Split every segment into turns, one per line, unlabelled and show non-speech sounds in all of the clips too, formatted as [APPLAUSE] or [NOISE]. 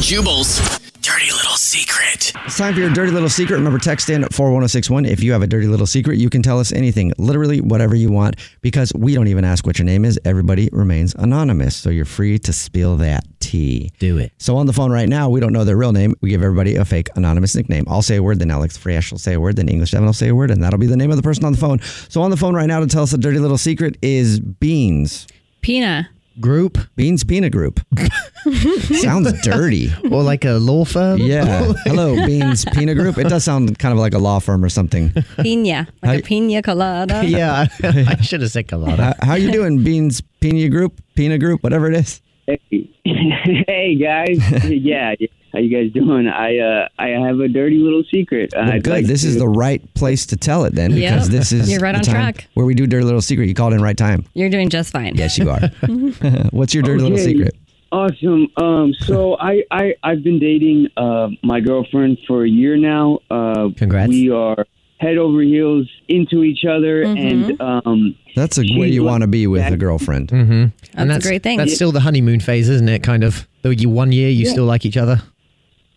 Jubal's dirty little secret.
It's time for your dirty little secret. Remember, text in 41061. If you have a dirty little secret, you can tell us anything, literally whatever you want, because we don't even ask what your name is. Everybody remains anonymous. So you're free to spill that tea.
Do it.
So on the phone right now, we don't know their real name. We give everybody a fake anonymous nickname. I'll say a word, then Alex Fresh will say a word, then English Evan will say a word, and that'll be the name of the person on the phone. So on the phone right now to tell us a dirty little secret is Beans.
Pina.
Group.
Beans Pina
[LAUGHS]
Group. Sounds dirty.
Or like a law firm.
[LAUGHS]
Yeah. Hello, Beans Pina Group. It does sound kind of like a law firm
[LAUGHS]
or something.
[LAUGHS] Pina. Like a pina colada.
yeah. I, [LAUGHS] I should have said
How,
Colada.
how you doing, Beans Pina Group, Pina Group, whatever it is?
Hey, [LAUGHS] hey guys. [LAUGHS] yeah, yeah. how you guys doing? I uh, I have a dirty little secret.
Well,
Uh, I'd
good.
like
this
to-
is the right place to tell it then,
Yep.
because this is
You're right
the
on
time
track.
where we do dirty little secret. You called in right time.
You're doing just fine.
Yes,
[LAUGHS]
you are. [LAUGHS] What's your dirty little
Okay.
secret?
awesome. Um, so I I I've been dating uh, my girlfriend for a year now. Uh,
Congrats.
We are head over heels into each other,
Mm-hmm.
and um,
That's a
She
way you
loves
want to be with
that.
a girlfriend.
That's, a great thing.
That's still the honeymoon phase, isn't it? Kind of. Though you one year, you still like each other.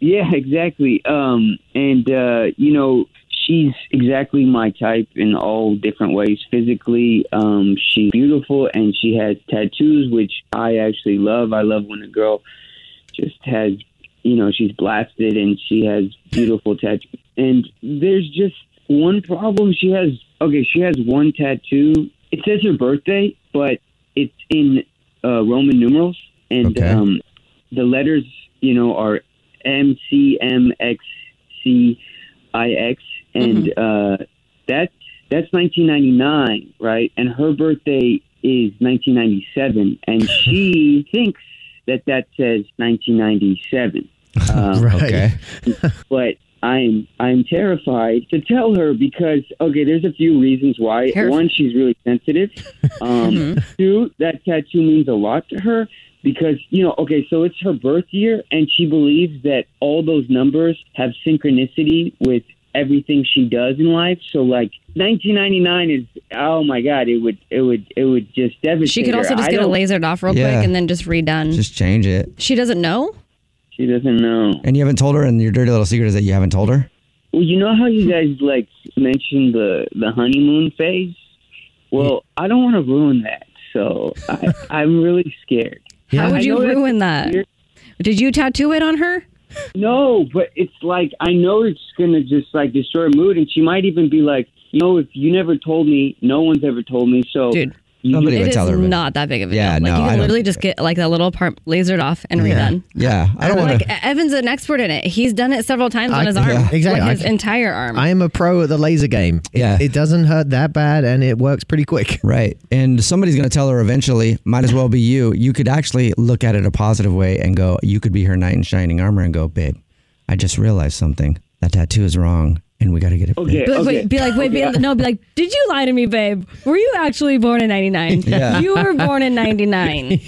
Yeah, exactly. Um, and uh, you know, she's exactly my type in all different ways. Physically, um, she's beautiful, and she has tattoos, which I actually love. I love when a girl just has, you know, she's blasted and she has beautiful tattoos. And there's just one problem. She has okay. She has one tattoo. It says her birthday, but it's in uh, Roman numerals, and
Okay.
um, the letters, you know, are M C M X C I X, and
Mm-hmm.
uh, that that's 1999, right? And her birthday is 1997, and
[LAUGHS]
she thinks that that says 1997. Um,
Right.
Okay.
But I'm I'm terrified to tell her because okay, there's a few reasons why.
Terrif-
One, she's really
[LAUGHS]
sensitive. Um,
Mm-hmm.
Two, that tattoo means a lot to her because you know okay, so it's her birth year, and she believes that all those numbers have synchronicity with everything she does in life. So like 1999 is oh my god, it would it would it would just devastate.
she could
her.
also just
I
get it
don't-
lasered off real
Yeah.
quick and then just redone.
Just change it.
she doesn't know?
She doesn't know.
And you haven't told her, and your dirty little secret is that you haven't told her?
Well, you know how you guys like mentioned the the honeymoon phase. Well, I don't want to ruin that, so
[LAUGHS]
I, I'm really scared.
How would
I
you
know that's
ruin that?
weird.
Did you tattoo it on her?
No, but it's like I know it's gonna just like destroy her mood, and she might even be like, you know, if you never told me, no one's ever told me. So
Dude,
you-
Nobody
it
would
is
tell her. but-
not that big of a
Yeah,
deal.
no,
Like, you
I
can
don't
literally
think
just get like that little part lasered off and redone.
Yeah. I don't want
Like E-,
to.
Evan's an expert in it. He's done it several times on
I-
his arm.
yeah, exactly.
Like his
I-
entire arm.
I am a pro at the laser game. It,
Yeah.
It doesn't hurt that bad, and it works pretty [LAUGHS] quick.
Right. And somebody's going to tell her eventually, might as well be you. You could actually look at it a positive way and go, you could be her knight in shining armor and go, babe, I just realized something. That tattoo is wrong and we got to get it. fixed."
okay,
Be like,
okay.
wait, be like, wait, be, no, be like, did you lie to me, babe? Were [LAUGHS]
[LAUGHS]
you actually born in '99?
Yeah.
You were born in '99.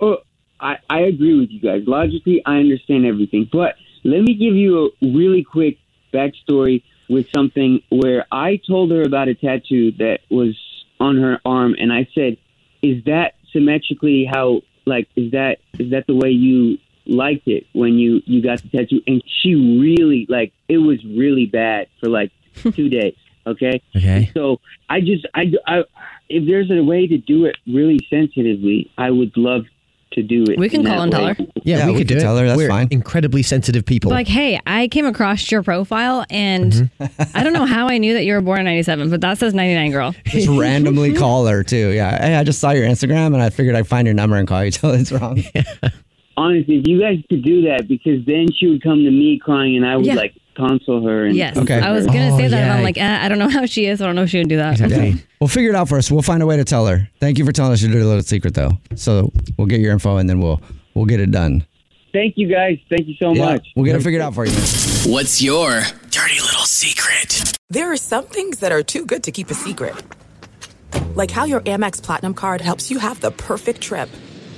Oh, I, I agree with you guys. Logically, I understand everything. But let me give you a really quick backstory with something where I told her about a tattoo that was on her arm, and I said, "Is that symmetrically how? Like, is that is that the way you liked it when you you got the tattoo?" And she really like it was really bad for like two [LAUGHS] days. Okay.
Okay.
So I just I, I if there's a way to do it really sensitively, I would love to do it. in that way.
Yeah, we, could, do tell her. That's We're fine. Incredibly sensitive people.
Like, hey, I came across your profile and I don't know how I knew that you were born in 97, but that says 99
[LAUGHS]
girl.
[LAUGHS]
Just randomly call her too. Yeah. Hey, I just saw your Instagram and I figured I'd find your number and call you [LAUGHS] till it's
[LAUGHS]
wrong.
Honestly, if you guys could do that, because then she would come to me crying, and I would
Yeah.
like console her. And
Yes. I was going to say that. but I'm like, eh, I don't know how she is. I don't know if she would do that.
Yeah. We'll figure it out for us. We'll find a way to tell her. Thank you for telling us your dirty little secret though. So we'll get your info and then we'll we'll get it done.
Thank you guys. Thank you so
Yeah,
much.
We'll get it figured out for you.
What's your
Dirty little secret. There are some things that are too good to keep a secret. Like how your Amex Platinum card helps you have the perfect trip.